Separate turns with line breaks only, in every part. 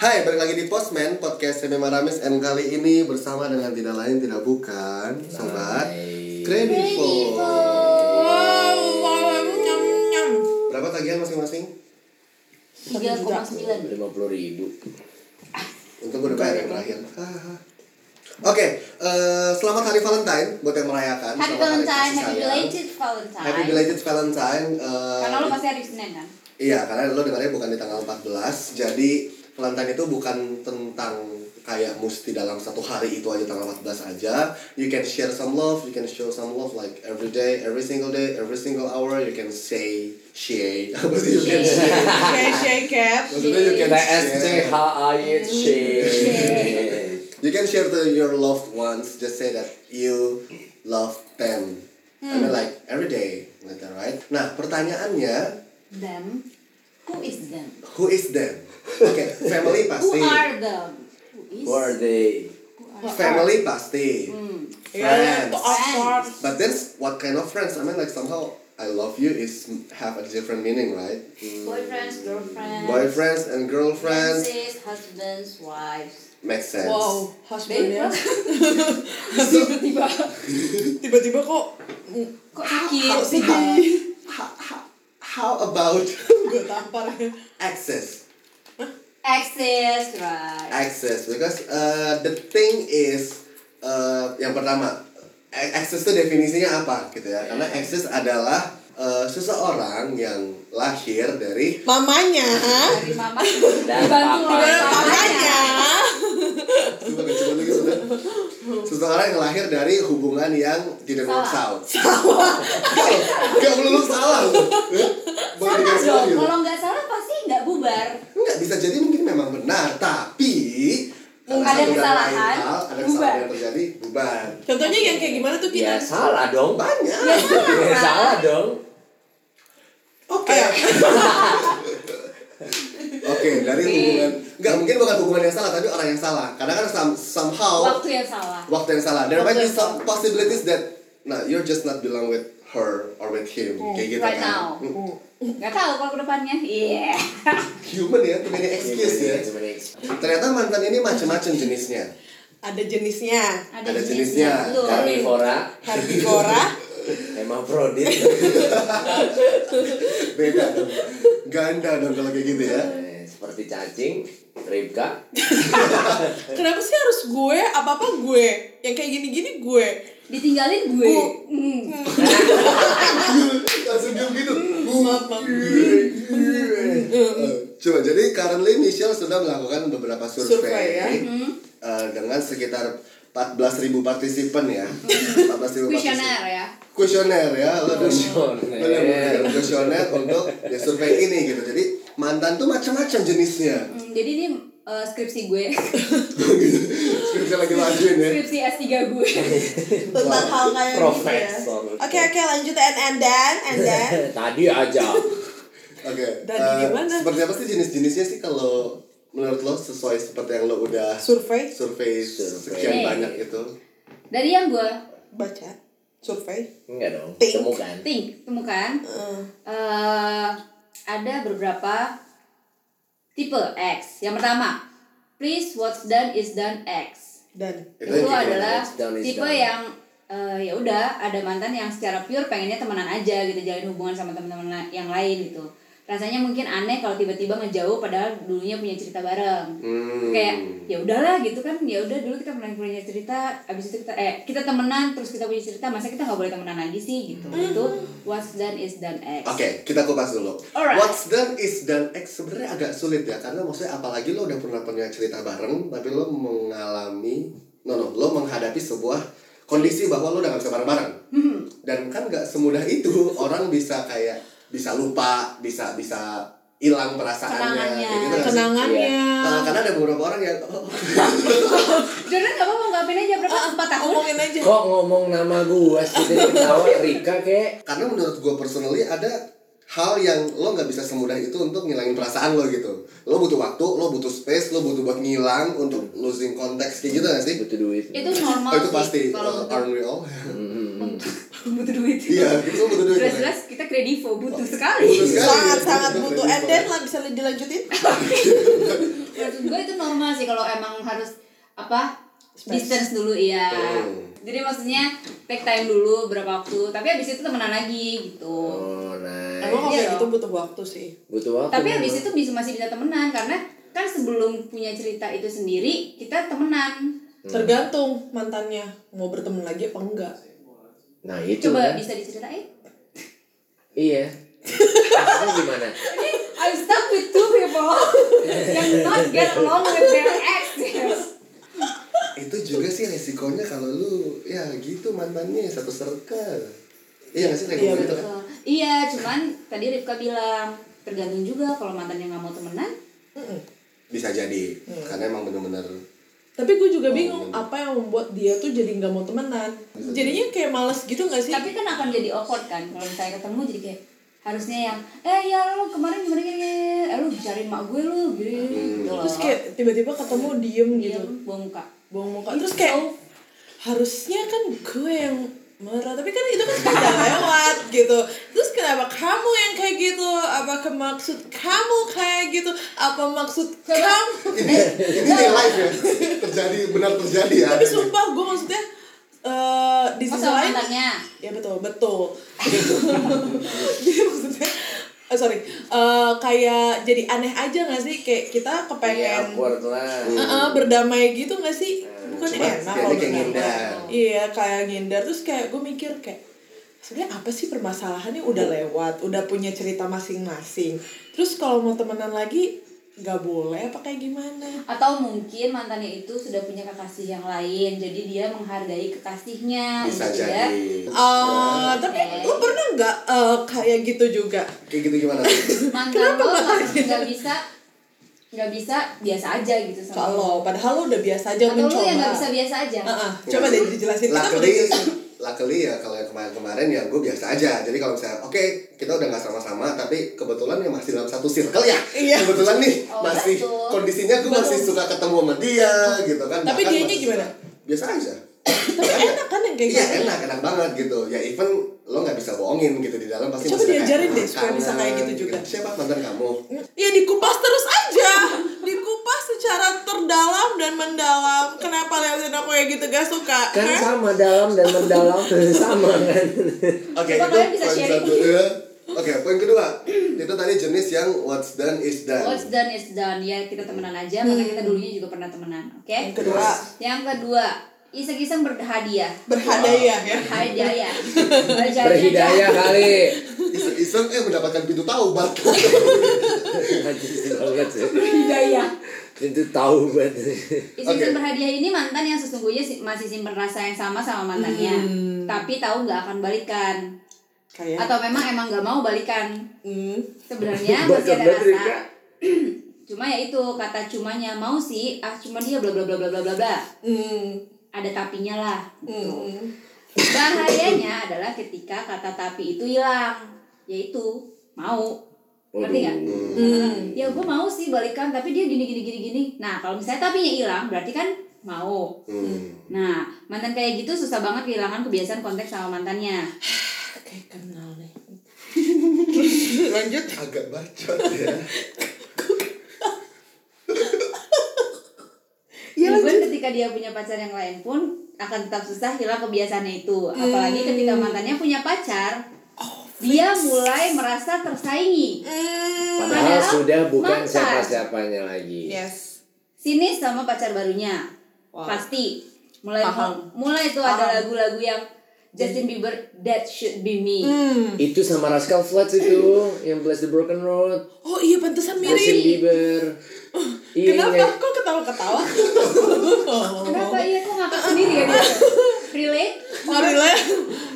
Hai, balik lagi di Postman Podcast Semi Maramis And kali ini bersama dengan tidak lain tidak bukan Sobat Kredivo Berapa tagihan masing-masing?
3,9
lima puluh ribu
Untung gue udah bayar yang terakhir Ah. Oke, eh, selamat hari Valentine buat yang merayakan
Happy
Selamat hari
Valentine,
kasih
happy
sayang.
belated
Happy
Valentine
belated Valentine eh,
Karena lo pasti hari Senin kan?
Iya, karena lo dengarnya bukan di tanggal 14 Jadi Valentine itu bukan tentang kayak mesti dalam satu hari itu aja tanggal 14 aja You can share some love, you can show some love like every day, every single day, every single hour You can say, share Apa sih you can
Share.
share?
Shake, shake, cap.
Maksudnya you can share
TSCHIC
You can share to your loved ones. Just say that you love them. I
Hmm.
mean like every day, like that, right? Nah, pertanyaannya,
Them Who is them?
who is them? Oke, family
Who
pasti.
are them? Who is
Who are they?
Family pasti.
Yeah,
Friends.
of course.
But then what kind of friends? I mean like somehow I love you is have a different meaning, right?
Boyfriends, girlfriends
Boyfriends and girlfriends
Fiancés, husbands, wives
makes sense.
Wow, husbandnya.
Tiba-tiba
Tiba-tiba kok
Kok sakit?
kok sedih.
How, how, how about
Gue tampar ya.
access?
Access, right
access because uh, the thing is uh, yang pertama a- access itu definisinya apa gitu ya karena access adalah uh, seseorang yang lahir dari
Mamanya.
Dari mama Dibantu
papa.
oleh
Mamanya.
papanya
Coba, coba lagi, coba. kan. seseorang yang lahir dari hubungan yang tidak
Salah.
meluksau nggak melulu salah loh. Eh, boleh
Salah
digaris
dong,
bawah gitu.
kalau nggak salah pasti nggak bubar
nggak bisa jadi mungkin memang benar tapi karena satu
Ada
dan lain
kesalahan,
hal, ada
bubar.
kesalahan yang terjadi bubar
Contohnya yang kayak gimana tuh
Ya
kita?
salah dong
banyak
Iya.
Ya salah dong
Oke.
Iya.
Oke, dari hubungan nggak mungkin bukan hubungan yang salah tapi orang yang salah. Karena kan some- somehow
Waktu yang salah
waktu yang salah. There might be
Waktu yang
some possibilities that nah you're just not belong with her or with him kayak gitu
right
kan.
now.
Hmm.
Gak tahu kalau kedepannya Iya
Human ya, tuh excuse ya.
Cuman ex-
Ternyata mantan ini macam-macam jenisnya.
Ada jenisnya.
Ada jenisnya.
Lu.
Carnivora
Herbivora.
Hermafrodit
Beda dong. Ganda dong kalau kayak gitu ya.
Eh, Seperti cacing Ribka
Kenapa sih harus gue? Apa-apa gue? Yang kayak gini-gini gue.
Ditinggalin gue
Gue.
Hmm.
Langsung diem gitu.
Maaf, maaf.
Eh, Coba jadi currently Michelle sudah melakukan beberapa survei,
Survei, ya.
Hmm.
eh, dengan sekitar 14.000 partisipan ya. 14.000
Hmm. Kuesioner Hmm.
partisipan.
ya
Kuesioner ya, lo dan-
Kuesioner.
lo dan memberikan kuesioner untuk ya, survei ini gitu. Jadi mantan tuh macam-macam jenisnya.
Hmm, Jadi ini eh, skripsi gue
Skripsi lagi lajuin ya.
Skripsi S3 gue
Tentang hal kayak gitu ya.
Profesor.
Oke, oke lanjut. And, and then, and then.
Eh, Tadi aja
Oke.
Dan
eh,
di mana?
seperti apa sih jenis-jenisnya sih kalau menurut lo sesuai seperti yang lo udah
Survei.
survei
Survei.
sekian banyak itu?
Dari yang gue
Baca. Survei.
Enggak dong
Think.
Temukan
think temukan
Eh,
eh, Ada beberapa tipe X Yang pertama Please what's done is done X
dan.
Itu,
yang kayak gimana?
adalah
What's done is
tipe
done.
yang eh, ya udah ada mantan yang secara pure pengennya temenan aja gitu jalin hubungan sama teman-teman la- yang lain gitu rasanya mungkin aneh kalau tiba-tiba ngejauh padahal dulunya punya cerita bareng
Hmm.
kayak ya udahlah gitu kan ya udah dulu kita pernah punya cerita abis itu kita eh kita temenan terus kita punya cerita masa kita nggak boleh temenan lagi sih gitu itu what's done is done X
Oke, kita kupas dulu.
Alright.
What's done is done X sebenarnya agak sulit ya karena maksudnya apalagi lo udah pernah punya cerita bareng tapi lo mengalami no no lo menghadapi sebuah kondisi bahwa lo udah gak bisa bareng-bareng
Mm-hmm.
dan kan nggak semudah itu orang bisa kayak bisa lupa bisa bisa hilang perasaannya kayak
Kenangannya.
gitu nggak sih?
Kenangannya.
Eh, karena ada beberapa orang yang oh,
Jordan nggak apa-apa ngapain aja berapa empat tahun
Ngomongin Nah, aja.
Kok ngomong nama gua sih Tadi ketawa Rika kek
karena menurut gue personally ada hal yang lo nggak bisa semudah itu untuk ngilangin perasaan lo gitu lo butuh waktu lo butuh space lo butuh buat ngilang untuk losing context kayak gitu gak sih
Butuh duit
itu normal
oh, itu
sih
pasti
kalau
aren't we all
butuh duit
Iya, itu butuh duit.
jelas-jelas kita kredivo butuh
Butuh
sekali
sekali.
sangat sangat butuh and then lah bisa dilanjutin
maksud gue itu normal sih kalau emang harus apa distance dulu iya
Hmm.
jadi maksudnya take time dulu berapa waktu tapi habis itu temenan lagi gitu
Oh, nah.
aku
Iya
kalau kayak
dong.
gitu butuh waktu sih
Butuh waktu.
Iya,
tapi habis
memang.
itu bisa masih bisa temenan karena kan sebelum punya cerita itu sendiri kita temenan
tergantung mantannya mau bertemu lagi apa enggak
Nah,
Iya.
itu.
coba
kan.
bisa diceritain
Iya. Maksudnya gimana?
I'm stuck with two people yang not get along with their
Iya,
exes
Itu juga sih resikonya kalau lu ya gitu mantannya satu circle. Iya nggak sih resiko
Iya,
gitu kan?
Eh, iya cuman tadi Rifka bilang tergantung juga kalau mantannya nggak mau temenan
Mm-mm.
Bisa jadi karena emang bener-bener
tapi gue juga bingung apa yang membuat dia tuh jadi nggak mau temenan jadinya kayak males gitu nggak sih
tapi kan akan jadi awkward kan kalau misalnya ketemu jadi kayak harusnya yang eh ya lo kemarin kemarin kemarin, eh, lo bicarain mak gue lo gini
Hmm.
gitu loh
terus kayak tiba-tiba ketemu diem gitu
diam buang muka
buang muka terus kayak harusnya kan gue yang marah tapi kan itu kan sudah lewat gitu terus kenapa kamu yang kayak gitu apa ke maksud kamu kayak gitu apa maksud kamu
ini real life ya terjadi benar terjadi ya
tapi sumpah gue maksudnya eh di
oh
sisi
sama
lain
mantannya
ya betul betul Gitu. jadi maksudnya eh, sorry eh, kayak jadi aneh aja gak sih kayak kita
Iya,
kepengen
awkward lah.
Iya.
Heeh, berdamai gitu gak sih? Bukan
cuma
enak
jadi
kalau
kayak
berdamai.
ngindar.
Iya, kayak ngindar terus kayak gue mikir kayak sebenarnya apa sih permasalahannya udah lewat, udah punya cerita masing-masing. Terus kalau mau temenan lagi nggak boleh apa kayak gimana?
atau mungkin mantannya itu sudah punya kekasih yang lain jadi dia menghargai kekasihnya
bisa
gitu ya.
jadi
Ah, tapi lo pernah nggak eh, kayak gitu juga?
kayak gitu gimana tuh?
mantan lo
gitu?
nggak- nggak bisa nggak bisa biasa aja gitu sama lo.
Kalau padahal lo udah biasa aja
atau lo
mencoba. Ah,
yang nggak bisa biasa aja
Heeh, coba deh dijelasin. Kita udah
luckily luckily ya kalau yang kemarin-kemarin ya gue biasa aja jadi kalau misalnya oke kita udah nggak sama-sama tapi kebetulan ya masih dalam satu circle ya
Iya.
kebetulan nih
Oh,
masih
betul.
kondisinya gue masih
Betul.
suka ketemu sama dia gitu kan
Tapi
Bahkan
dianya
masih
gimana?
suka- biasa aja
Tapi enak kan yang kayak
iya
gitu?
enak enak banget gitu ya even lo nggak bisa bohongin gitu di dalam pasti
Coba
masih kayak,
diajarin deh supaya bisa
"Kangen,"
kayak gitu juga.
siapa mantan kamu
Ya dikupas terus aja Dikupas secara terdalam dan mendalam Kenapa liatin aku yang gitu gak suka
Kan
Hah?
sama dalam dan mendalam sama kan.
Oke, itu
Coba kalian bisa
poin
sharing.
satu. Iya. Oke, poin kedua. itu tadi jenis yang what's done is done.
What's Oh, done is done ya kita temenan aja karena kita dulunya juga pernah temenan oke
Hmm. Yang
gitu.
kedua
yang kedua iseng-iseng berhadiah
Berhadayah ya
hadiah
Berhidayah kali.
Iseng-iseng eh mendapatkan pintu taubat.
Najis banget sih.
hidayah
Itu tahu banget.
iseng-iseng
Oke.
berhadiah ini mantan yang sesungguhnya si- masih simpen rasa yang sama sama mantannya tapi tahu nggak akan balikan
Kayak
atau memang emang nggak mau balikan
hmm,
mm,
sebenarnya Kan masih
Baca
ada
banget,
rasa
Rika.
cuma ya itu kata cumanya mau sih ah cuma dia bla bla bla bla bla bla bla
hmm,
ada tapinya lah
mm.
gitu.
hmm.
bahayanya adalah ketika kata tapi itu hilang yaitu mau ngerti nggak ya gue mau sih balikan tapi dia gini gini gini gini nah kalau misalnya tapinya hilang berarti kan mau
Hmm.
nah mantan kayak gitu susah banget kehilangan kebiasaan kontak sama mantannya
Kayak kenal nih Terus lanjut
Agak bacot ya.
Even ketika dia punya pacar yang lain pun akan tetap susah hilang kebiasaannya itu. Apalagi ketika mantannya punya pacar, Oh, dia mulai merasa tersaingi.
Hmm,
Padahal
Padahal Iya.
sudah bukan
mantan.
siapa-siapanya lagi.
Yes
Sinis sama pacar barunya. Pasti mulai
Paham.
mulai itu ada lagu-lagu yang Justin Bieber That Should Be Me.
hmm.
Itu sama Rascal Flatts itu yang Bless the Broken Road,
Oh iya pantesan
Justin
mirip
Bieber.
Uh,
Iya,
Kenapa? Kok ketawa-ketawa?
Kenapa iya kok ngakak sendiri ya dia? Relate?
Marilah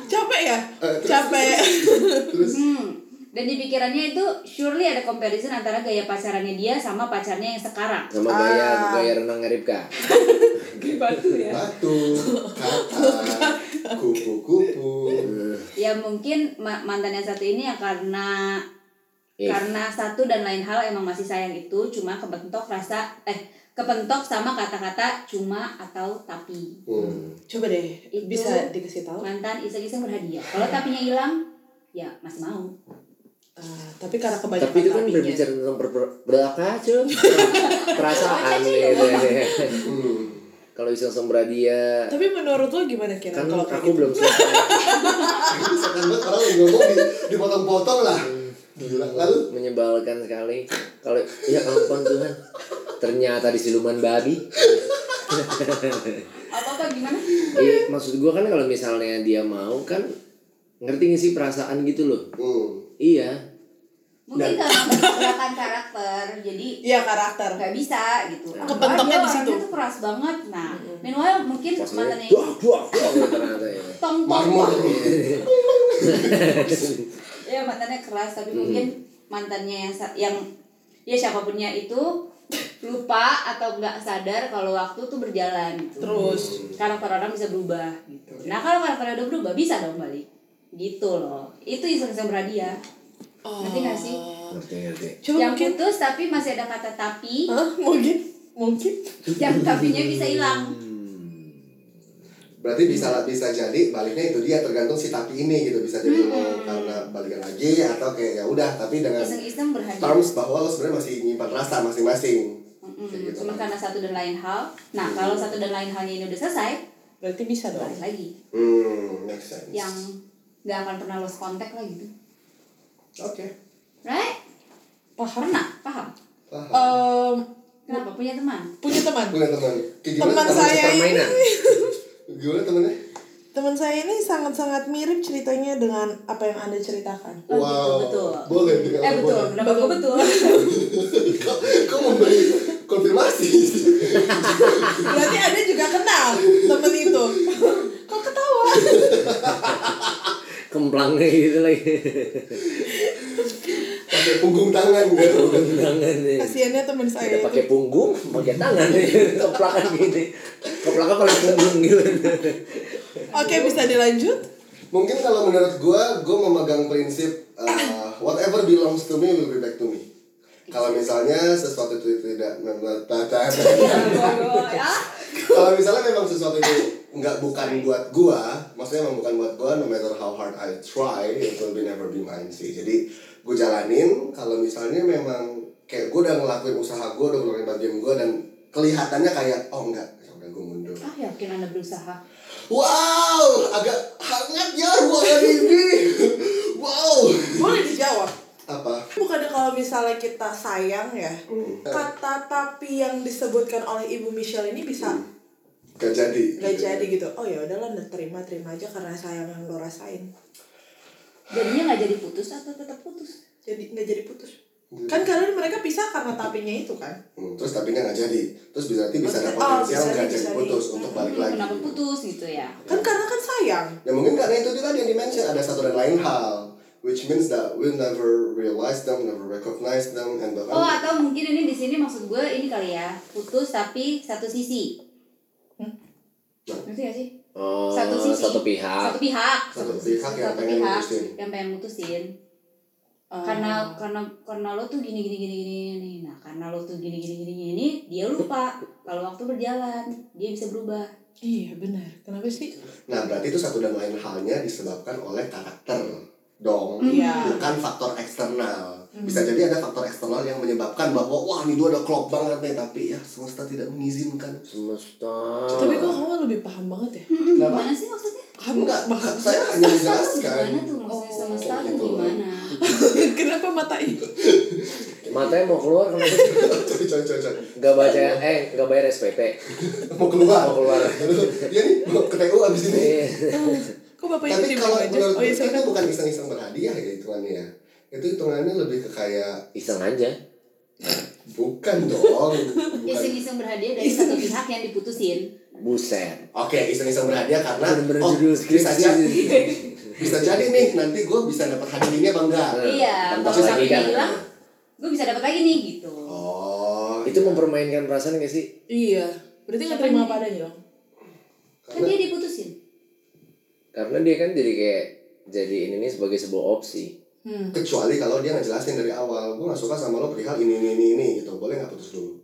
Capek ya? Capek
Hmm. Dan di pikirannya itu surely ada comparison antara gaya pacarannya dia sama pacarnya yang sekarang.
Sama gaya
Ah.
gaya renang Ripka.
Batu, ya. kata, kupu-kupu.
ya mungkin ma- mantan yang satu ini ya karena
Iya.
karena satu dan lain hal emang masih sayang itu cuma kebentok rasa eh kepentok sama kata-kata cuma atau tapi.
Hmm.
Coba deh,
Itu-
bisa dikasih tahu.
Mantan iseng-iseng berhadiah. Kalau tapinya hilang, ya masih mau.
Ah, tapi karena kebanyakan
Tapi itu kan
tapinya.
berbicara tentang per, per, berapa cuy? Perasaan
Apa, cuy?
gitu.
Hmm.
Kalau iseng sembra dia
Tapi menurut lo gimana kira
kan
kalau kayak gitu?
aku belum selesai
Kan Misalkan banget orang lagi ngomong di, dipotong-potong lah. Gila. Lalu
menyebalkan sekali. Kalau ya ampun Tuhan. Ternyata di siluman babi.
Apa-apa gimana?
Iya, maksud gua kan kalau misalnya dia mau kan ngerti nggak sih perasaan gitu loh.
hmm.
Iya,
Dan-
Mungkin karena menggunakan karakter, jadi
Iya karakter.
nggak bisa gitu. Dia
Kepentoknya di situ.
orangnya tuh keras banget. Nah, meanwhile mungkin mantannya
Duah, duah, duah, gitu ternyata ya.
tong tong
Marmor.
ya mantannya keras tapi mungkin mantannya yang sa- yang ya siapapunnya itu lupa atau nggak sadar kalau waktu tuh berjalan gitu.
Terus
karakter orang bisa berubah gitu. Nah kalau karakternya udah berubah bisa dong balik gitu loh itu iseng-iseng berhadiah Ngerti nggak sih?
Oh.
Ngerti, ngerti.
Coba
yang
mungkin
putus tapi masih ada kata tapi
Hah? Mungkin Mungkin
yang tapinya bisa hilang
Berarti bisa bisa jadi baliknya itu dia tergantung si tapi ini gitu bisa jadi lo
Hmm.
karena balikan lagi atau kayak ya udah tapi dengan
iseng-iseng berhadiah
terms bahwa lo sebenarnya masih nyimpan rasa masing-masing.
Mm-mm,
Kayak gitu.
Cuma karena satu dan lain hal Nah kalau satu dan lain halnya ini udah selesai
Berarti bisa dong
Balik lagi
Hmm, make sense.
Yang nggak akan pernah lost contact lah gitu
Oke.
Right?
Paham
Pernah? Paham?
Paham.
Em,
Kenapa? Punya teman?
Punya teman
Punya teman. Kayak gimana
Teman
teman-
saya.
Permainan.
Gimana temennya?
Teman saya ini sangat-sangat mirip ceritanya dengan apa yang anda ceritakan
Oh,
Wow.
gitu, betul.
Boleh bilang
Eh
apa
betul,
boleh.
kenapa gue betul?
Kok, kok memberi konfirmasi?
Berarti anda juga kenal teman itu Kok ketawa?
Kemplangnya gitu lagi.
Pakai punggung tangan gitu.
Tangan nih.
Kasiannya teman saya
Iya. Ada
itu
pakai punggung, pakai tangan nih. Keplakan gini. Keplakan paling punggung gitu.
Oke bisa dilanjut?
Mungkin kalau menurut gue, gue memegang prinsip uh, whatever belongs to me will be back to me. Kalau misalnya sesuatu itu tidak memang
Ah,
kalau misalnya memang sesuatu itu nggak bukan buat gua, maksudnya memang bukan buat gua, no matter how hard I try, it will be never be mine sih. Jadi gua jalanin, kalau misalnya memang kayak gua udah ngelakuin usaha gua, udah ngelakuin bagian gua dan kelihatannya kayak oh enggak, udah gua mundur.
ah, yakin anda berusaha
Wow, agak hangat ya ruangan ini. Wow.
Boleh dijawab
Apa?
Bukannya kalau misalnya kita sayang ya Kata tapi yang disebutkan oleh Ibu Michelle ini bisa
Gak jadi.
nggak jadi gitu Oh ya udahlah nah, terima-terima aja karena sayang yang lo rasain
Jadinya nggak jadi putus atau tetap putus?
jadi nggak jadi putus
Iya.
kan karena mereka pisah karena tapinya itu kan
Hmm, terus tapinya nggak jadi. Terus berarti bisa ada
Oh,
potensial
bisa
nggak
jadi,
jadi
bisa
putus
jadi.
untuk
Hmm,
balik lagi.
Kenapa putus gitu ya?
Iya.
kan karena kan sayang
Ya mungkin karena itu tadi yang dimention ada satu dan lain hal which means that we'll never realize them, never recognize them and bahkan
Oh atau mungkin ini di sini maksud gue ini kali ya putus tapi satu sisi.
Nah.
Ngerti gak sih?
Oh,
Satu sisi.
satu pihak.
Satu pihak.
Nah. Satu pihak yang
Satu
pengen
pihak
mutusin.
yang pengen mutusin. Ah. Karena karena karena lo tuh gini gini gini gini ini. Nah, karena lo tuh gini gini gini ini, dia lupa kalau waktu berjalan, dia bisa berubah.
iya benar kenapa sih
nah berarti itu satu dan lain halnya disebabkan oleh karakter dong
Hmm.
Iya.
bukan faktor eksternal bisa jadi ada faktor eksternal yang menyebabkan bahwa wah ini dua ada klop banget nih tapi ya semesta tidak mengizinkan
Semesta.
tapi kok kamu lebih paham banget ya
Kenapa?
Gimana sih maksudnya?
kamu
enggak
nggak paham
saya hanya menjelaskan
Gimana tuh maksudnya semesta tuh
gitu.
gimana?
kenapa mata itu
Matanya mau keluar kenapa sih?
coy coy coy coy
Gak baca, eh gak bayar SPP.
mau keluar
Mau keluar.
Aduh, dia nih mau ke TU abis ini
Iya.
kok bapak itu
Tapi
diem
kalau
aja
menurut
oh
gue
iya
itu
silakan
bukan iseng-iseng berhadiah ya hitungannya ya. Itu hitungannya lebih ke kayak
Iseng aja.
bukan dong. bukan.
Iseng-iseng berhadiah dari satu pihak yang diputusin.
Buset.
Oke, iseng-iseng berhadiah karena
Bener-bener
oh,
judul
bisa
skripsi.
jadi bisa jadi nih nanti gue bisa dapat hadiah ini apa enggak.
Iya,
Bentar
kalau
lagi
satunya
kan.
hilang, gue bisa dapat lagi nih gitu.
Oh,
Itu mempermainkan perasaan gak sih?
iya berarti nggak terima apa adanya dong
Kan dia diputusin.
Karena dia kan jadi kayak jadi ini nih sebagai sebuah opsi.
hmm.
kecuali kalau dia ngejelasin dari awal gue gak suka sama lo perihal ini ini ini ini gitu boleh nggak putus dulu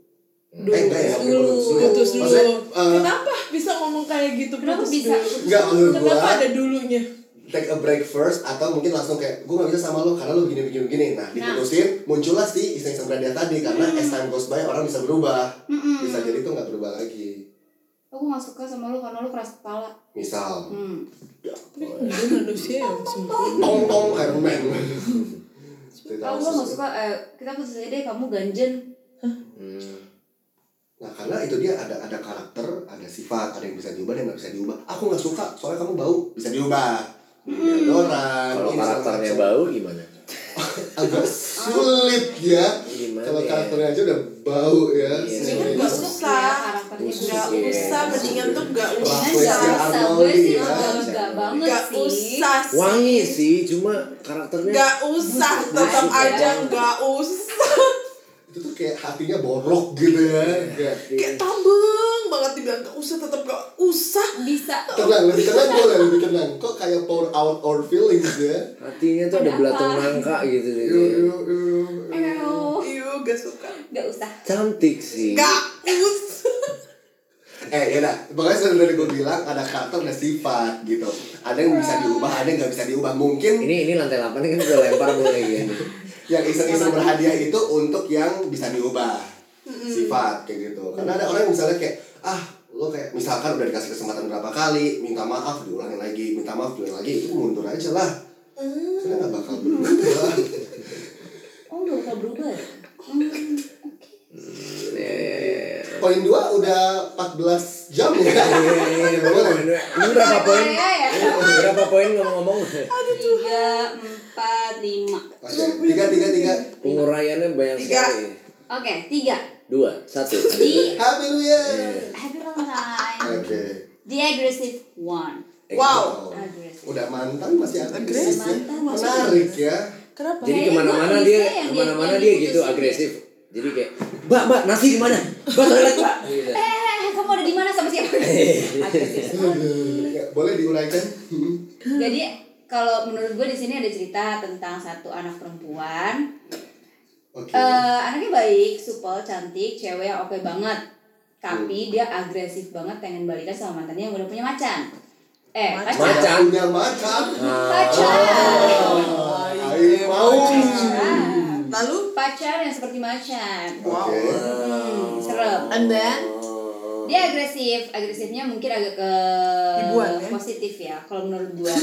eh enggak ya bukan
Dulu.
putus dulu
putus dulu
maksudnya eh,
kenapa bisa ngomong kayak gitu
Kenapa
putus
bisa?
dulu?
Enggak, menurut gua-
kenapa ada dulunya
take a break first atau mungkin langsung kayak gue gak bisa sama lo karena lo begini begini begini nah diputusin muncullah si iseng iseng dia tadi karena as time goes by orang bisa berubah
Mm-mm.
bisa jadi tuh nggak berubah lagi
aku gak suka sama lu karena lu keras kepala
misal
hmm.
tapi
Oh,
kan
iya.
dia manusia yang sempurna
tong tong Iron Man Cerita
aku
khusus.
gak suka eh, kita putus aja deh kamu ganjen
Hmm.
nah karena itu dia ada ada karakter ada sifat ada yang bisa diubah dan nggak bisa diubah aku nggak suka soalnya kamu bau bisa diubah deodoran
Kalau
ini segala
karakternya
macam.
bau gimana?
agak sulit ya
Gimana
kalau
ya?
karakternya aja udah bau ya
Iya.
sulit.
Ini kan
Gak
gak usah. iya.
karakternya
Gak
Khusus
gak
ya.
usah, mendingan tuh gak
Wah,
Mendingan
Wes,
gak
ya,
usah.
usah,
Arnoldi,
gue sih
ya.
gak banget
Gak
sih
usah sih.
Wangi sih, cuma karakternya
Gak usah, tetap
Busuk ya.
aja gak usah.
itu tuh kayak hatinya borok gitu ya Kayak,
Kayak tambeng banget dibilang gak usah, tetap gak usah.
bisa
tenang lebih tenang boleh lebih tenang kok kayak pour out our feelings ya
hatinya tuh ada
Ada
belatung
apa?
nangka gitu deh.
Yo, yo, yo.
Aduh,
Iya, gak suka.
gak usah
Cantik sih.
Gak usah.
eh ya dah makanya sebenarnya dari gue bilang ada karakter ada sifat gitu ada yang bisa diubah ada yang nggak bisa diubah mungkin
Ini ini lantai 8 kan udah lempar mulai gitu.
yang iseng-iseng berhadiah itu untuk yang bisa diubah sifat kayak gitu karena ada orang yang misalnya kayak ah lo kayak misalkan udah dikasih kesempatan berapa kali minta maaf diulangin lagi minta maaf diulangin lagi itu mundur aja lah karena nggak bakal berubah
oh gak bakal berubah ya? Hmm, oke.
poin dua udah 14 jam ya Boleh.
Ini berapa poin? Ini Berapa poin ngomong-ngomong?
tiga empat lima
Oke, tiga tiga tiga
Penguraiannya banyak
Tiga.
sekali.
oke tiga
Dua, satu.
di
happy new year
happy Valentine
oke
the aggressive one
Wow.
Oh.
aggressive
udah mantan masih agresif ya.
Mantan masih
menarik ya
Kenapa?
Jadi
Kayaknya
kemana-mana
gua
dia,
bisa yang
kemana-mana
yang
dia
diputusin
gitu
ya.
agresif. Jadi kayak, mbak, mbak, nasi di mana? Mbak, toilet, mbak.
Iya.
Gitu.
eh kamu ada di mana sama siapa agresif
Ya, boleh diuraikan
Jadi kalau menurut gue di sini ada cerita tentang satu anak perempuan.
oke
Eh, anaknya baik, supel, cantik, cewek yang oke banget. Tapi dia agresif banget pengen balikan sama mantannya yang udah punya macan. Eh, pacar.
Macan.
punya macan Nah.
Pacar.
Ayo mau.
Ah,
Lalu?
Pacar yang seperti macan.
Oke.
Hmm, serem.
And then?
Dia agresif, agresifnya mungkin agak ke
Ribuan, ya?
positif ya kalau menurut gua.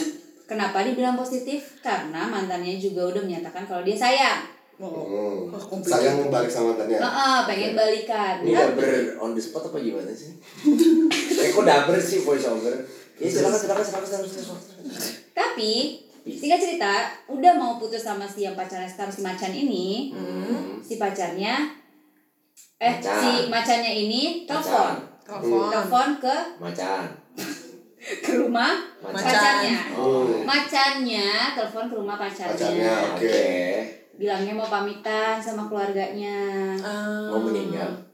Kenapa dibilang positif? Karena mantannya juga udah menyatakan kalau dia sayang.
Oh,
Hmm. Sayang balik sama mantannya.
Heeh, pengen balikan.
Ini
Iya.
daber on the spot apa gimana sih? eh kok daber sih voice over? Ya silakan silakan silakan silakan silakan.
Tapi singkat cerita, udah mau putus sama si yang pacarnya sekarang si macan ini, si pacarnya
Hmm.
eh
Macan.
si macannya ini telepon.
Telepon.
Telepon ke
Macan.
ke rumah
Macan.
pacarnya.
Oh.
Macannya telepon ke rumah pacarnya.
Pacarnya, oke.
Oke.
Bilangnya mau pamitan sama keluarganya.
Mau meninggal?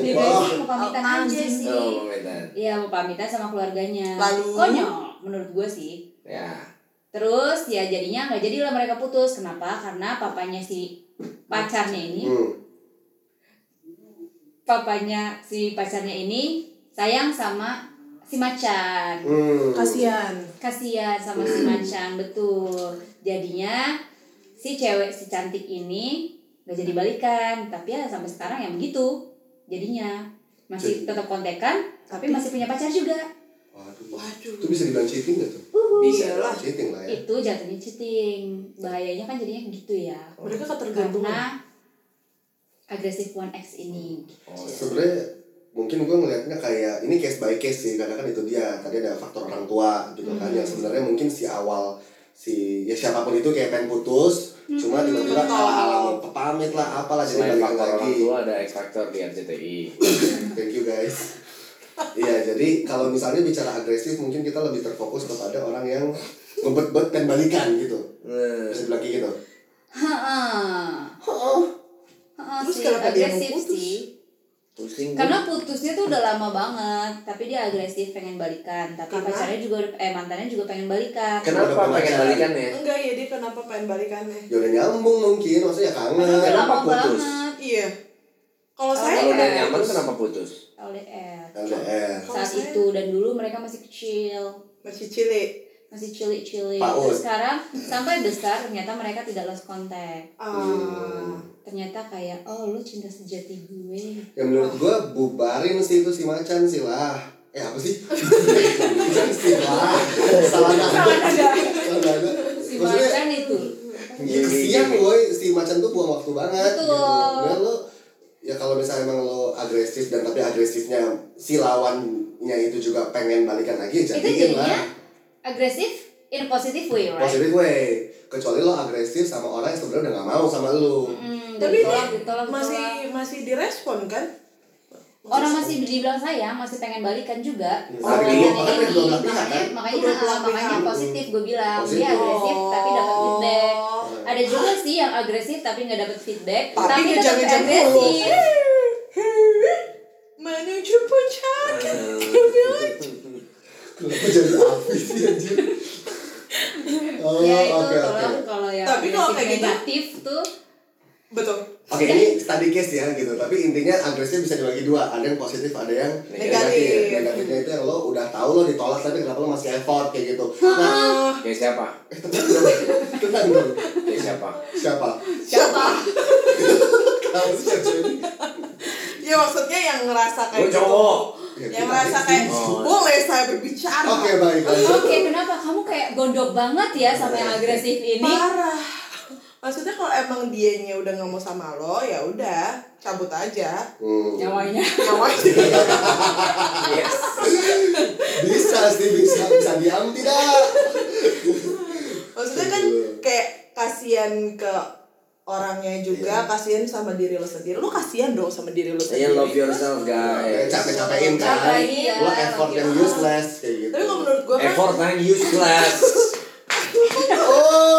Dia bilang sih mau pamitan
Apaan
aja sih.
sih?
Oh, komentar.
Iya, mau pamitan sama keluarganya.
Lalu?
konyol menurut gue sih.
Ya.
Terus ya jadinya nggak jadilah mereka putus. Kenapa? Karena papanya si pacarnya ini,
Hmm.
papanya si pacarnya ini sayang sama si macan.
Hmm.
Kasian.
Kasihan sama si macan, betul. Jadinya si cewek si cantik ini nggak jadi balikan, tapi ya sampai sekarang yang begitu. Jadinya masih tetap kontekan, tapi masih punya pacar juga.
Waduh.
Waduh.
Itu bisa dibilang cheating gak tuh?
Bisa lah.
Cheating lah ya.
Itu jatuhnya cheating. Bahayanya kan jadinya gitu ya.
Mereka ketergantungan.
karena agresif one X ini.
Oh, ya.
Sebenarnya mungkin gue ngelihatnya kayak ini case by case sih karena kan itu dia tadi ada faktor orang tua gitu kan
Hmm.
yang sebenarnya mungkin si awal si ya siapapun itu kayak pengen putus cuma
Hmm.
tiba-tiba ala-ala pamit lah apalah jadi
Hmm, Selain
balik
faktor orang
lagi
tua ada X Factor di RCTI.
Thank you guys. Iya, jadi kalau misalnya bicara agresif mungkin kita lebih terfokus kepada orang yang ngebet-bet dan balikan gitu. Bisa bilang kayak gitu.
Heeh.
Oh,
Heeh
Terus
sih,
kenapa dia mau
agresif
putus?
sih.
Pusing. gua.
Karena putusnya tuh udah lama banget, tapi dia agresif pengen balikan, tapi
Karena?
pacarnya juga eh mantannya juga pengen
Udah
balikan.
kenapa
pemacan.
pengen balikannya?
Enggak ya, dia kenapa pengen balikannya?
Ya udah nyambung mungkin, maksudnya ya kangen.
Udah
kenapa
lama
putus?
banget.
Iya. Kalau saya
Kalau udah
Eh.
nyaman kenapa putus?
LDR
LDR
Kalau
saat
saya-
itu dan dulu mereka masih kecil
masih cilik.
masih cilik-cilik
Pak Ud.
Terus sekarang sampai besar ternyata mereka tidak lost contact
Ah.
Hmm. ternyata kayak oh lu cinta sejati gue
Ya menurut gua bubarin sih itu si macan sih lah. Eh apa sih? Bukan sih lah. Salah
Salah
nada.
nada.
Salah nada.
si
Maksudnya
macan itu
ya, kesian woi si macan tuh buang waktu banget.
Betul.
Gitu. Dan lo ya kalau misalnya emang lo agresif dan tapi agresifnya si lawannya itu juga pengen balikan lagi ya
itu
jadiin
jadinya
lah.
agresif in a positive way right
Positif gue. Kecuali lo agresif sama orang yang sebenarnya udah gak mau sama lo.
Hmm,
Tapi ini
ditolak, ditolak, ditolak.
masih masih direspon kan?
orang masih dibilang sayang masih pengen balikan juga
Iya.
Orang
Tapi
yang
dua-
ini,
makanya dua belah pihak, kan?
makanya makanya
Dua belah
ah, makanya
pihak.
positif gue bilang
Positif.
dia agresif
Oh.
tapi dapat feedback
Oh.
ada juga sih yang agresif tapi nggak dapat feedback
Tapi
tetap
ngejam-ngejam mulu.
agresif
Menuju puncak.
Kenapa jadi api sih anjir? Oh,
ya itu
oke, oke.
tolong kalau yang
Tapi kalau
agresif
kayak gitu-
negatif tuh
Betul.
Oke, ini study case ya gitu. Tapi intinya agresnya bisa dibagi dua, ada yang positif, ada yang negatif.
Negatif.
Negatifnya itu yang lo udah tahu lo ditolak tapi kenapa lo masih effort kayak gitu. Nah,
Kayak siapa?
tenang dong. tenang dong.
Kayak siapa?
Siapa?
siapa
Kenapa sih cewek ini?
Ya maksudnya yang ngerasa kayak gitu.
Gue cowok.
Ya,
Yang
kita
ngerasa kayak
Oh.
boleh saya berbicara.
Oke, baik.
oke
lanjut.
kenapa kamu kayak gondok banget ya sama yang agresif ini
Parah. Maksudnya kalau emang dianya udah nggak mau sama lo, ya udah cabut aja.
Hmm.
nyawanya
Nyawanya.
Yes.
Bisa sih, bisa. Bisa diam tidak?
Maksudnya kan
Iya.
kayak kasihan ke orangnya
Iya.
juga, kasihan sama diri lo sendiri. Lo kasihan dong sama diri lo
Saya
sendiri.
Iya, love yourself
Kayak
guys.
capek-capekin kan.
Capek, iya.
Lo effort yang useless kayak gitu.
Tapi kalau menurut gue kan
Effort and useless.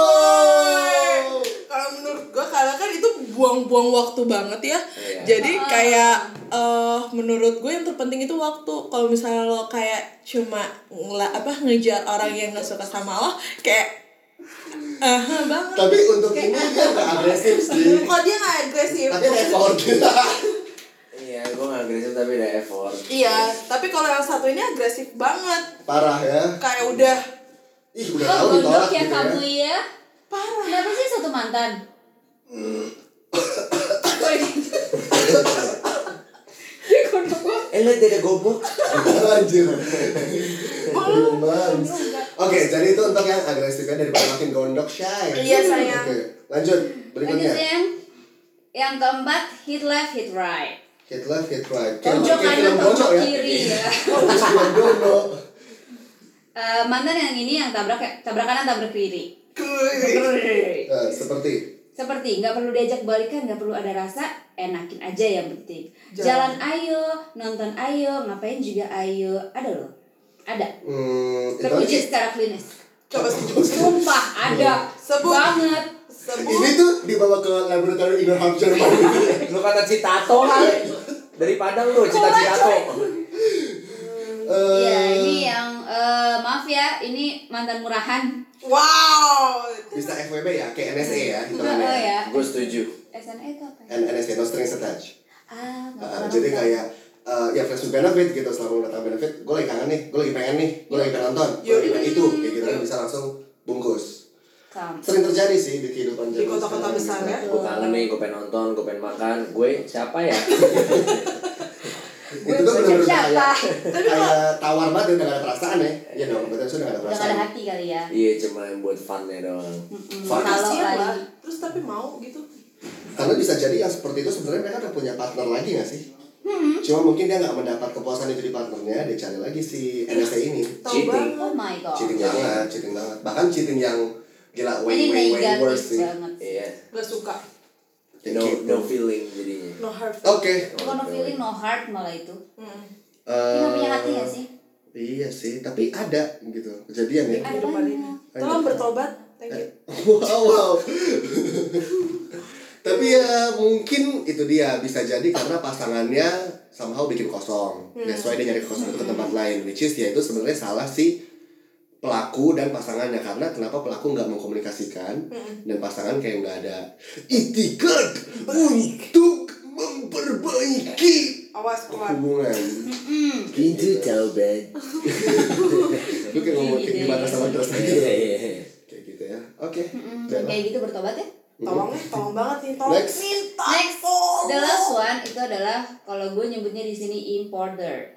Oh.
kalau menurut gue karena kan itu buang-buang waktu banget ya
Iya.
jadi kayak eh menurut gue yang terpenting itu waktu kalau misalnya lo kayak cuma ngela, apa ngejar orang yang gak suka sama lo kayak eh banget
Tapi untuk ini dia nggak agresif sih.
kok dia gak agresif
Tapi ada effort.
Iya, gue gak agresif tapi ada effort.
iya tapi kalau yang satu ini agresif banget
Parah ya.
kayak udah
Ih udah
kok
tahu ditolak
gondok ya
gitu
kamu
ya.
ya
parah
kenapa sih satu mantan dia gondok banget
Eh, lihat dia ada gobok.
Anjir. Gemes. Oke, jadi itu untuk yang agresifnya daripada makin gondok shy.
Iya, sayang.
Oke, lanjut
Lanjut
berikutnya.
yang yang keempat hit left hit right.
Hit left, hit right. Kayak-
Tonjok
kayak
kanan, tonjok
ya.
kiri ya.
Film gondok.
Eh, mantan yang ini yang tabrak tabrak kanan tabrak kiri.
Eh, seperti
Seperti nggak perlu diajak balikan, nggak perlu ada rasa, enakin aja ya, yang penting. Jalan,
Jalan.
ayo, nonton ayo, ngapain juga ayo. Ada loh. Ada.
hmm, itu aja. Iya.
Teruji secara klinis.
coba sebut
Sumpah ada.
Sebut.
Banget.
Ini tuh dibawa ke laboratorium Inner Hampshire
Iya,
Bandung.
Lu kata citato kali. Dari Padang lu, cita-citato.
Eh,
Iya, ini yang eh, maaf ya, ini mantan murahan.
wow
bisa FWB ya, kayak NSA ya hitungannya.
Oh ya.
Gue setuju.
SNA itu apa? ya?
N- NSA, no strings attached.
Ah, nggak
Uh,
pernah
jadi
nonton.
kayak uh, ya flash to benefit gitu selama udah tahu benefit gue lagi kangen nih gue lagi pengen nih gue lagi pengen nonton gue lagi pengen itu kayak gitu kan bisa langsung bungkus
Kam.
sering terjadi sih di kehidupan
Di
zaman
kota-kota
sekarang gitu.
besar ya?
Gue kangen nih, gue pengen nonton, gue pengen makan. Gue siapa ya?
gitu. itu tuh benar-benar
siapa?
kayak kayak tawar banget udah gak ada perasaan ya ya dong betul sudah gak ada
Udah gak
perasaan
ada hati kali ya.
Iya, cuma yang buat funnya doang.
Mm-mm,
Fun.
Kalau
Kasihan lah.
lagi
terus tapi mau gitu
karena bisa jadi yang seperti itu sebenarnya mereka udah punya partner lagi gak sih
Hmm.
cuma mungkin dia nggak mendapat kepuasan itu di partnernya dia cari lagi si NSA ini
tahu
Cheating.
banget
Oh my god.
cheating banget cheating banget bahkan cheating yang gila
Ini
way way way
negatif
worse sih
banget.
Iya.
gak suka
Kayak
No,
gitu.
no feeling jadinya. Gitu.
no hard
Oke.
Bukan no feeling, no heart malah itu.
Hmm.
Ini
Eh,
gak punya hati gak sih?
Iya sih, tapi ada gitu kejadian ya.
Ada
kehidupan ini.
banyak.
Eh, Tolong bertobat. Thank you.
Wow, wow. tapi ya mungkin itu dia bisa jadi karena pasangannya somehow bikin kosong.
Hmm.
That's why dia nyari kosong ke tempat lain. Which is ya itu sebenarnya salah si pelaku dan pasangannya karena kenapa pelaku nggak mengkomunikasikan
Hmm.
dan pasangan kayak nggak ada itikad untuk memperbaiki perbaiki
awas keluar
hubungan
Pintu taubat.
lu kayak ngomong
Gitu
di
ya.
batas sama terus gitu
Iya, iya, iya.
kayak gitu ya oke Bella.
kayak gitu bertobat ya
tolong nih tolong banget nih tolong
Next.
minta
Next,
Oh.
tolong.
the last one itu adalah kalau gue nyebutnya di sini importer,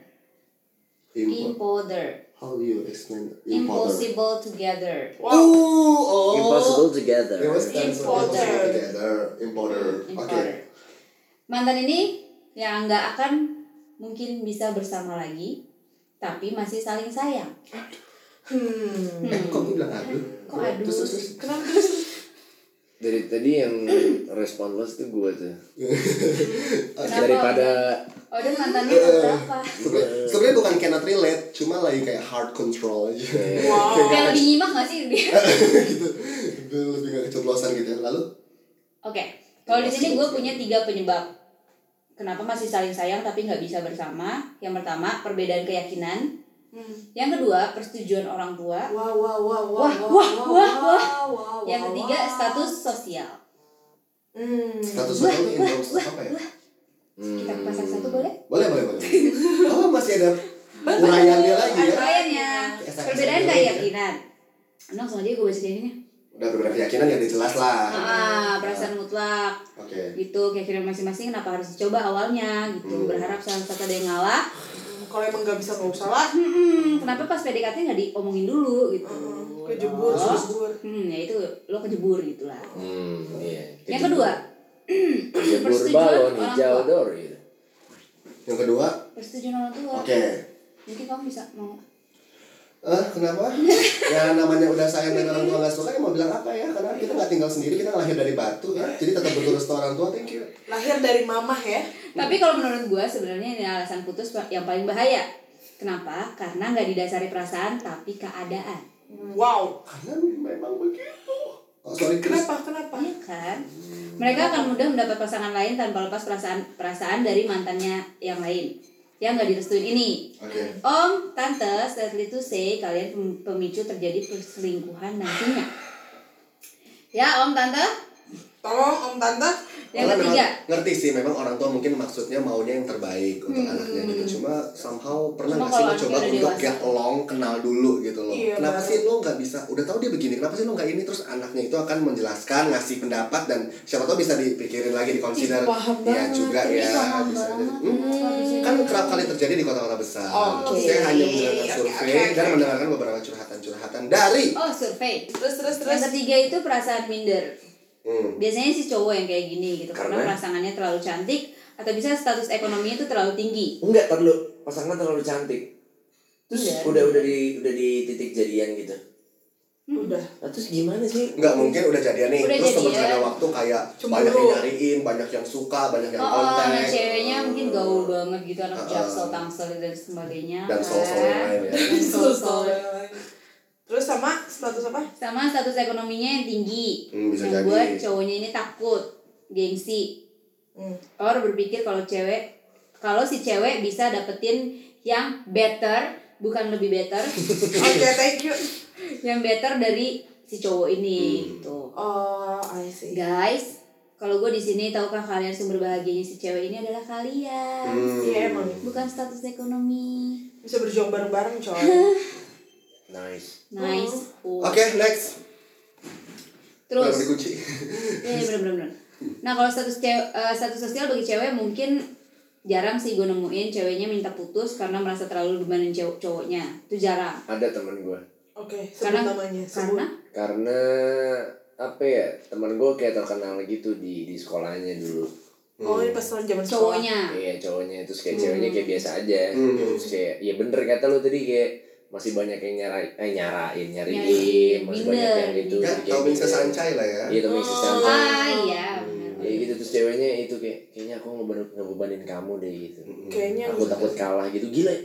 Impo-
importer,
how do you explain importer
impossible together,
wow
oh
Impossible together.
It was done so
Importer.
impossible together. Importer. Oke.
importer. Mantan ini yang nggak akan mungkin bisa bersama lagi, tapi masih saling sayang.
hmm
Eh, kok gue bilang aduh?
Kok aduh?
Terus, terus, terus.
kenapa terus
Dari tadi yang responless tuh gue tuh.
Kenapa?
Daripada
Oh dan mantannya
Eh,
udah berapa?
Sebe- Sebenarnya bukan cannot relate, cuma lagi kayak hard control aja.
wow
Kayak lebih nyimak nggak sih dia?
gitu. Gue lebih gak keceplosan gitu ya. Lalu,
Oke,
Iya,
kalau di sini gue punya tiga penyebab kenapa masih saling sayang tapi nggak bisa bersama. Yang pertama perbedaan keyakinan,
Hmm.
yang kedua persetujuan orang tua,
Wah, wah, wah,
Wah,
wah,
wah, wah, wah.
wah,
yang
wah,
ketiga
wah.
status sosial.
Hmm.
status
Wah,
sosial
wah,
endorse apa ya?
Kita
Hmm.
ke pasang satu boleh?
Boleh, boleh, boleh. Oh, masih ada urayannya lagi ya?
Perbedaannya,
Kayak iya.
perbedaan
sakit-sakit
keyakinan. Nah, langsung aja gue baca ininya.
Udah berbeda keyakinan ya, dijelas lah.
Ah, perasaan mutlak.
Oke.
gitu keyakinan masing-masing kenapa harus dicoba awalnya gitu
Hmm.
berharap salah satu ada yang ngalah
Kalau emang nggak bisa nggak usah lah.
hmm, kenapa pas PDKT nggak diomongin dulu gitu
Hmm.
Heeh, Kejebur, kejebur.
hmm ya itu lo kejebur gitu lah
Oh,
Hmm, iya.
yang kedua
Jebur
persetujuan
balon
orang
hijau
tua.
dor gitu.
Yang kedua,
persetujuan orang tua
oke. Hmm.
mungkin kamu bisa mau
Eh, kenapa? ya namanya udah sayang dan orang tua nggak suka, ya mau bilang apa ya? Karena kita nggak tinggal sendiri, kita lahir dari batu ya. Jadi tetap butuh restu orang tua, thank you.
Lahir dari mamah ya.
tapi kalau menurut gue sebenarnya ini alasan putus yang paling bahaya kenapa karena nggak didasari perasaan tapi keadaan
Wow.
Karena memang begitu. Oh, sorry, Chris.
Kenapa? Kenapa?
Iya kan?
Hmm.
Mereka akan mudah mendapat pasangan lain tanpa lepas perasaan perasaan dari mantannya yang lain yang nggak direstuin ini.
Oke.
Om, tante, sadly to say kalian pem- pemicu terjadi perselingkuhan nantinya. Ya om, tante.
Tolong Om Tante.
Yang
Orang
ketiga.
memang ngerti sih, memang orang tua mungkin maksudnya maunya yang terbaik untuk anaknya gitu. Cuma somehow pernah
Hmm. Cuma
nggak sih
kalau
lo coba
anaknya udah
untuk
dewasa.
get along, kenal dulu gitu loh.
Iya,
kenapa
benar.
sih lo nggak bisa? Udah tahu dia begini, kenapa sih lo nggak ini? Terus anaknya itu akan menjelaskan, ngasih pendapat dan siapa tahu bisa dipikirin lagi, dikonsider.
Ih, paham
Ya
banget.
juga ya.
paham
bisa
banget.
jadi. Hmm, kan kerap kali terjadi di kota-kota besar.
Oke.
Saya hanya
Oke,
menggunakan survei
oke, oke.
dan mendengarkan beberapa curhatan-curhatan dari.
Oh, survei.
Terus, terus, terus.
Yang ketiga itu perasaan minder.
Hmm.
Biasanya sih cowok yang kayak gini gitu karena,
Karena?
pasangannya terlalu cantik atau bisa status ekonominya itu terlalu tinggi.
Enggak, tar dulu. Pasangan terlalu cantik. Terus
Iya.
udah udah di udah di titik jadian gitu.
Udah.
Nah, terus gimana sih?
Nggak mungkin udah jadian nih
Udah
Terus
jadian.
sebenarnya waktu kayak
Cemburu.
Banyak yang nyariin Banyak yang suka Banyak yang
Oh, oh,
kontak
nah ceweknya mungkin gaul banget gitu anak
Heeh.
jaksel, tangsel dan sebagainya.
Dan sosol yang lain ya
Dan sosol.
Terus sama status apa?
Sama status ekonominya yang tinggi.
Hmm, bisa
yang
jadi.
buat cowoknya ini takut, gengsi.
Hmm.
Or berpikir kalau cewek kalau si cewek bisa dapetin yang better, bukan lebih better,
Oke, thank you.
yang better dari si cowok ini gitu.
Oh, I see.
Guys, kalau gue di sini tahukah kalian sumber bahagianya si cewek ini adalah kalian,
Hmm.
Iya emang
bukan status ekonomi.
bisa berjuang bareng-bareng coy.
Nice.
Hmm.
Nice. Oh.
Oke next Udah
Terus,
dikunci
iya benar-benar. Nah kalau status cewek, eh, status sosial bagi cewek mungkin jarang sih gue nemuin ceweknya minta putus karena merasa terlalu dibebanin cewek cowoknya. Itu jarang.
Ada temen gue.
Oke, sebut
Karena
namanya. Sebut.
karena
Karena apa ya teman gue kayak terkenal gitu di di sekolahnya dulu
Hmm.
Oh, ini pas zaman sekolah.
cowoknya.
iya cowoknya terus kayak ceweknya kayak biasa aja
Hmm.
terus kayak ya bener kata lu tadi kayak masih banyak yang nyarain eh nyarain nyariin
Nyariin,
masih
minder.
banyak yang gitu
Ya
kayak
Tommy
gitu.
sesancai lah ya
iya temen sisa
Ah iya.
ya gitu terus ceweknya itu kayak kayaknya aku ngebeban- ngebebanin kamu deh gitu
Hmm.
Kayaknya
aku takut kalah gitu gila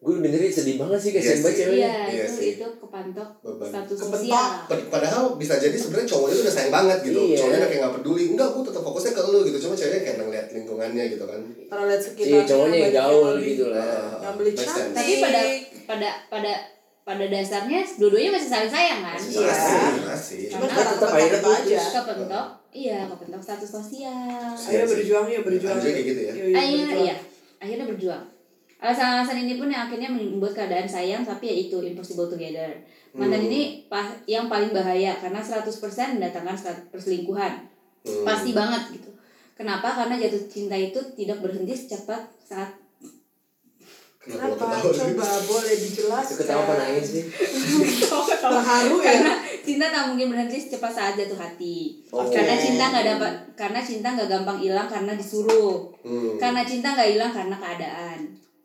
gue dengerin sedih banget sih kasihan
Iya
banget
sih.
ceweknya
Iya
Iya
itu
sih.
itu kepantok
Beban.
status
Kepentok.
sosial.
Pad- Padahal bisa jadi sebenarnya cowoknya tuh udah sayang banget gitu
Iya.
Cowoknya udah kayak gak peduli Enggak gue tetap fokusnya ke lu gitu Cuma ceweknya kayak ngeliat lingkungannya gitu kan
Kalau lihat sekitar.
Iya, cowoknya yang gaul gitu lah
Ah,
Yang beli
make sense.
cantik.
Tapi pada pada pada pada dasarnya dua-duanya masih saling sayang kan Nah,
Masih
Iya.
Masih, masih.
Cuma
Karena
kan tetap akhirnya
tetap aja.
putus.
kepentok iya kepentok status sosial
Akhirnya berjuang ya berjuang.
Harusnya kayak gitu ya.
Yuk, yuk,
akhirnya
berjuang.
iya akhirnya berjuang alasan-alasan ini pun yang akhirnya membuat keadaan sayang tapi ya itu impossible together
Hmm.
mantan ini pa- yang paling bahaya karena 100% mendatangkan serat- perselingkuhan
Hmm.
pasti banget gitu kenapa karena jatuh cinta itu tidak berhenti secepat saat
gua
Kenapa?
ketawa sih?
Coba boleh dijelaskan.
Ketawa apa nangis sih?
Terharu ya.
karena cinta tak mungkin berhenti secepat saat jatuh hati
Oh.
karena cinta nggak dapat karena cinta nggak gampang hilang karena disuruh
Hmm.
karena cinta nggak hilang karena keadaan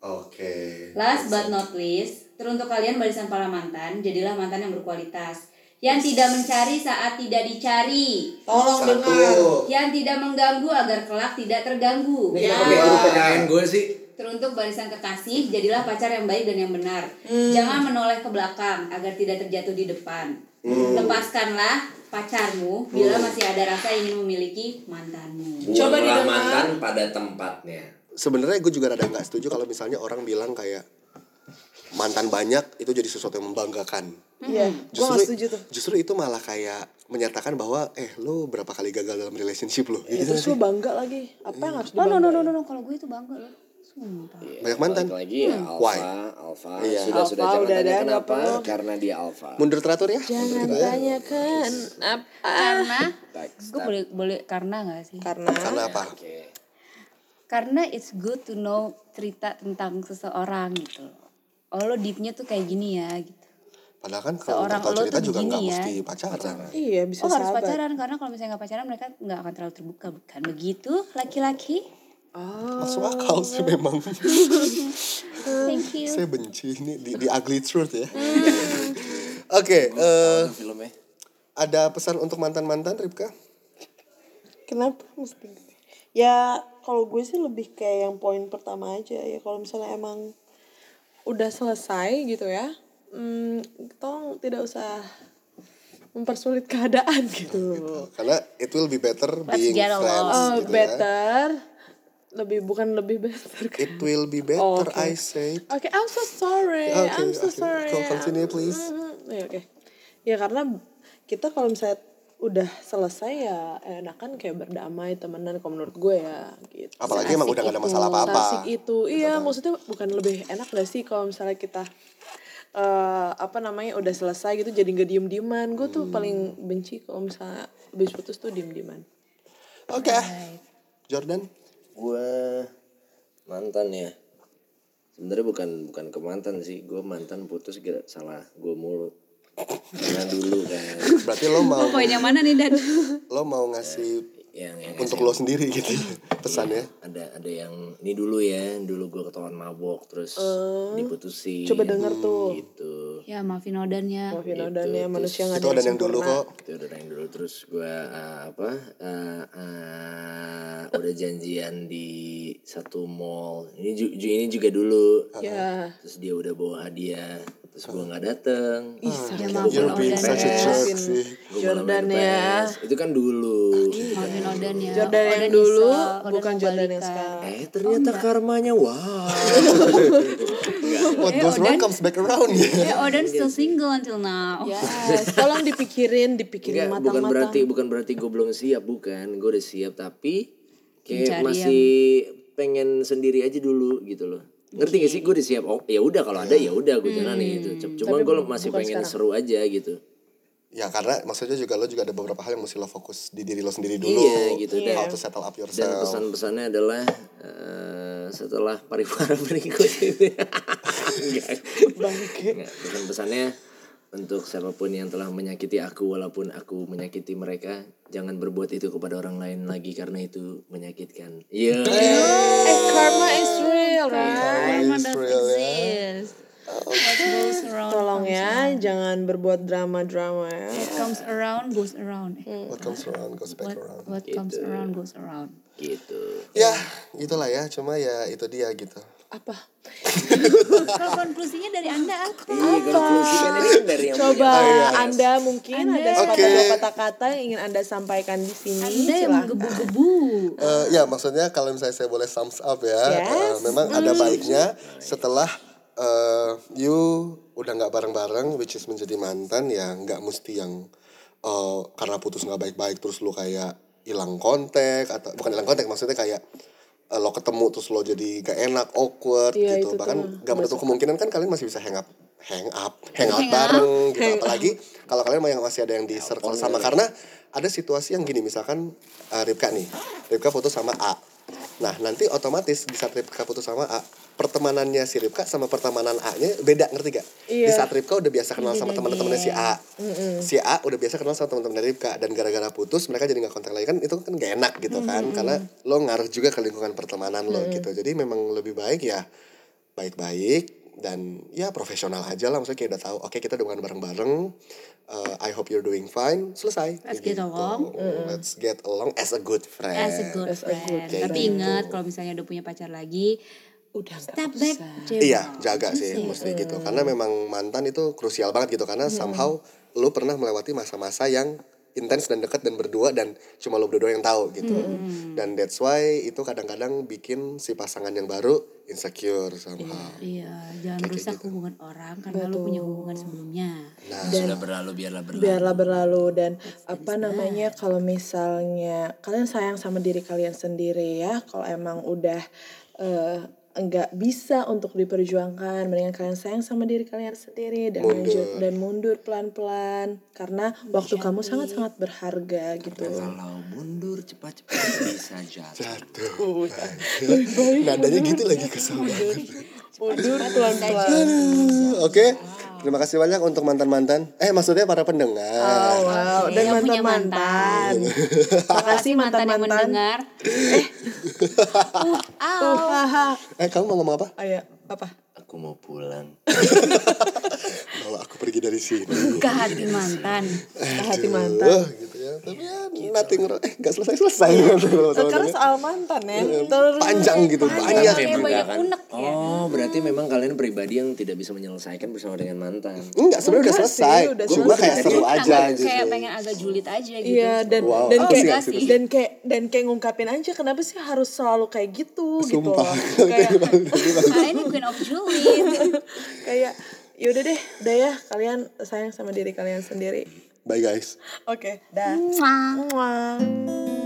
Oke.
Last but not least, teruntuk kalian barisan para mantan, jadilah mantan yang berkualitas. Yang tidak mencari saat tidak dicari.
Tolong dengar.
Satu.
Yang tidak mengganggu agar kelak tidak terganggu.
Ini
Ya.
kenapa kayak guru PKN gue sih?
Teruntuk barisan kekasih, jadilah pacar yang baik dan yang benar.
Hmm.
Jangan menoleh ke belakang agar tidak terjatuh di depan.
Hmm.
Lepaskanlah pacarmu bila masih ada rasa ingin memiliki mantanmu.
Coba
Buanglah
didengar.
mantan pada tempatnya.
Sebenarnya gue juga rada nggak setuju kalau misalnya orang bilang kayak mantan banyak itu jadi sesuatu yang membanggakan.
Iya. Gue gak setuju tuh.
justru itu malah kayak menyatakan bahwa eh lo berapa kali gagal dalam relationship lo
Ya,
gitu
terus lu bangga lagi. Apa yang harus
No no Oh, no
dibanggain?
no no, no. kalau gue itu bangga loh. Sumpah.
Banyak mantan.
Balik lagi ya, alfa,
Why?
alfa.
Iya.
Sudah sudah
Alpha,
jangan
udah
tanya
ada, nggak
kenapa
perlu.
karena dia alfa.
mundur teratur ya
Jangan tanyakan apa.
Karena
Teks,
gue
teks.
boleh boleh karena nggak sih?
Karena
karena apa
Oke.
karena it's good to know cerita tentang seseorang gitu loh. Oh lo deepnya tuh kayak gini ya gitu.
padahal kan kalau
Seorang
nggak tahu
lo
cerita
tuh
juga nggak
begini ya.
mesti pacaran
iya bisa
oh harus
sahabat.
pacaran karena kalau misalnya nggak pacaran mereka nggak akan terlalu terbuka bukan begitu laki-laki?
Oh.
masuk akal sih memang
Thank you.
saya benci ini di, di ugly truth ya oke eh
Itu filmnya.
ada pesan untuk mantan mantan Ripka
Kenapa mesti? Ya kalau gue sih lebih kayak yang poin pertama aja ya kalau misalnya emang udah selesai gitu ya, hmm, tolong tidak usah mempersulit keadaan gitu.
karena it will be better being
get along.
Eh,
friends
Oh,
gitu ya
better, lebih bukan lebih better.
it will be better
Oke.
I say
Oke, I'm so sorry.
Oke,
I'm so
oke.
sorry.
Go continue, please.
Mm, mm, ya, oke. Ya karena kita kalau misalnya udah selesai ya enakan kayak berdamai temenan kalau menurut gue ya gitu.
apalagi emang udah gak ada
itu.
masalah apa apa
Asik itu. Iya, maksudnya bukan lebih enak gak sih kalau misalnya kita eh apa namanya udah selesai gitu jadi nggak diem dieman gue tuh paling benci kalau misalnya habis putus tuh diem dieman
oke Jordan
Gue mantan ya. Sebenarnya bukan bukan ke mantan sih. Gue mantan putus gara salah gue mulu. Karena dulu kan
berarti lo mau
Poin yang mana nih Dan?
lo mau ngasih
yang yang
untuk lo sendiri gitu pesannya
ada ada yang ini dulu ya dulu gue ketahuan mabok terus
Oh.
diputusin Hmm,
coba denger tuh
gitu
ya maafin Odannya.
Maafin dan ya manusia nggak
itu
ada
ada yang dulu
sempurna.
kok
itu udah yang dulu terus gue apa eh, eh, udah janjian di satu mall ini ju, ju- ini juga dulu
ya
terus dia udah bawa hadiah terus gue nggak dateng
Ya
you're
maafin
being such a
Odannya.
jerk sih
Gua malah main
Jordan ya. Iya. Oh,
PS. itu kan dulu kan.
Maafin Odannya.
Jordan yang
Odan
dulu
nyesel. Odan
bukan
mau
Jordan yang
balikan.
sekarang
eh ternyata karmanya wow
what goes around Oh, comes back around ya
Ya Odan still single until now.
Yes, tolong dipikirin, dipikirin
Enggak, bukan
matang-matang.
berarti bukan berarti gue belum siap bukan gue udah siap tapi kayak
Mencari
masih pengen sendiri aja dulu gitu loh ngerti gak sih gue udah siap oh ya udah kalau ada ya udah
Hmm.
gue jalani itu C- cuma gue masih pengen seru aja gitu
ya karena maksudnya juga lo juga ada beberapa hal yang mesti lo fokus di diri lo sendiri dulu
Iya, gitu, dan-
how to settle up
dan
yourself
pesan-pesannya adalah eh, setelah pariwara berikut ini Enggak. Enggak, pesan-pesannya untuk siapapun yang telah menyakiti aku walaupun aku menyakiti mereka jangan berbuat itu kepada orang lain lagi karena itu menyakitkan iya
Eh, karma is real, right?
Karma is real ya.
Yes. What goes around
Tolong ya, jangan berbuat drama-drama ya.
comes around goes around. Eh,
what comes around goes back around
What comes around goes around.
gitu
ya gitulah ya cuma ya itu dia gitu
Apa?
Kalau konklusinya dari anda apa?
Iya, konklusi kan ini kan dari yang
Coba
Oh, iya.
Anda mungkin ada
Anda-
sepatah
Oke.
dua patah kata yang ingin Anda sampaikan di sini.
Anda yang
Silahkan.
menggebu-gebu.
Eh, ya maksudnya kalau misalnya saya boleh sums up ya
Yes.
eh, memang ada baiknya setelah eh, you udah nggak bareng-bareng which is menjadi mantan ya nggak mesti yang eh, karena putus nggak baik-baik terus lu kayak hilang kontak atau bukan hilang kontak maksudnya kayak eh, lo ketemu terus lo jadi gak enak awkward
Iya, itu
gitu
tuh
bahkan
mah.
nggak menutup kemungkinan kan kalian masih bisa hang up hang up hang out
Hang up.
bareng gitu apalagi kalau kalian mau yang masih ada yang di circle sama karena ada situasi yang gini misalkan eh, Ripka nih Ripka putus sama A nah nanti otomatis di saat Ripka putus sama A pertemanannya si Ripka sama pertemanan A-nya beda ngerti gak? Di
Iya.
saat Ripka udah biasa kenal sama teman-temannya si A, si A udah biasa kenal sama teman-temannya Ripka dan gara-gara putus mereka jadi nggak kontak lagi kan itu kan gak enak gitu kan karena lo ngaruh juga ke lingkungan pertemanan lo gitu jadi memang lebih baik ya baik-baik dan ya profesional aja lah maksudnya kayak udah tahu oke kita udah bukan bareng-bareng Uh, I hope you're doing fine selesai Kayak
Let's
gitu.
get along.
let's get along as a good friend
As a good
Eh, As a
friend.
good
friend.
Tapi
Kayak
ingat
gitu.
kalau misalnya udah punya pacar lagi,
udah nggak
step back. cewek.
Iya, jaga sih mesti gitu. Karena memang mantan itu krusial banget gitu karena somehow lu pernah melewati masa-masa yang intens dan dekat dan berdua dan cuma lu berdua yang tahu gitu. Dan that's why itu kadang-kadang bikin si pasangan yang baru insecure somehow.
Iya, jangan
Kayak
rusak
gitu.
hubungan orang karena lu punya hubungan sebelumnya.
Nah,
sudah berlalu biarlah berlalu
biarlah berlalu dan apa namanya kalau misalnya kalian sayang sama diri kalian sendiri ya kalau emang udah eh, nggak bisa untuk diperjuangkan mendingan kalian sayang sama diri kalian sendiri dan
Mundur.
lanjut dan mundur pelan-pelan karena waktu kamu sangat-sangat berharga gitu
kalau mundur cepat-cepat bisa jatuh
jatuh. Nadanya gitu lagi kesel banget.
mundur pelan-pelan
Aduh, Oke, terima kasih banyak untuk mantan-mantan. Eh, maksudnya para pendengar.
wow
Oke,
dan
yang punya
mantan-mantan
Makasih
makasih
mantan yang
mantan-mantan
mendengar.
uh, haha.
Eh, kamu mau ngomong apa?
ayo apa
aku mau pulang
Kalau aku pergi dari sini.
Buka hati mantan.
Ke hati
Aduh,
mantan
gitu ya tapi ya nothing wrong. eh nggak selesai selesai Kalau sama-sama.
karena Iya. soal mantan ya terus
panjang gitu
Kayak
banyak
kayak
juga
banyak
kan?
unek ya.
oh berarti memang kalian pribadi yang tidak bisa menyelesaikan bersama dengan mantan
enggak sebenarnya udah
Enggak sih,
selesai
udah
cuma
selesai.
kayak seru aja
Agak-
gitu
Kayak pengen agak julid aja gitu.
Iya dan
Wow,
dan
aku
kayak
sih
nggak sih?
dan kayak dan kayak ngungkapin aja kenapa sih harus selalu kayak gitu gitu
Sumpah.
loh. kayak
Ah, ini Queen of Julid.
kayak yaudah deh udah ya kalian sayang sama diri kalian sendiri
bye guys
oke dah
Mwah.
Muah.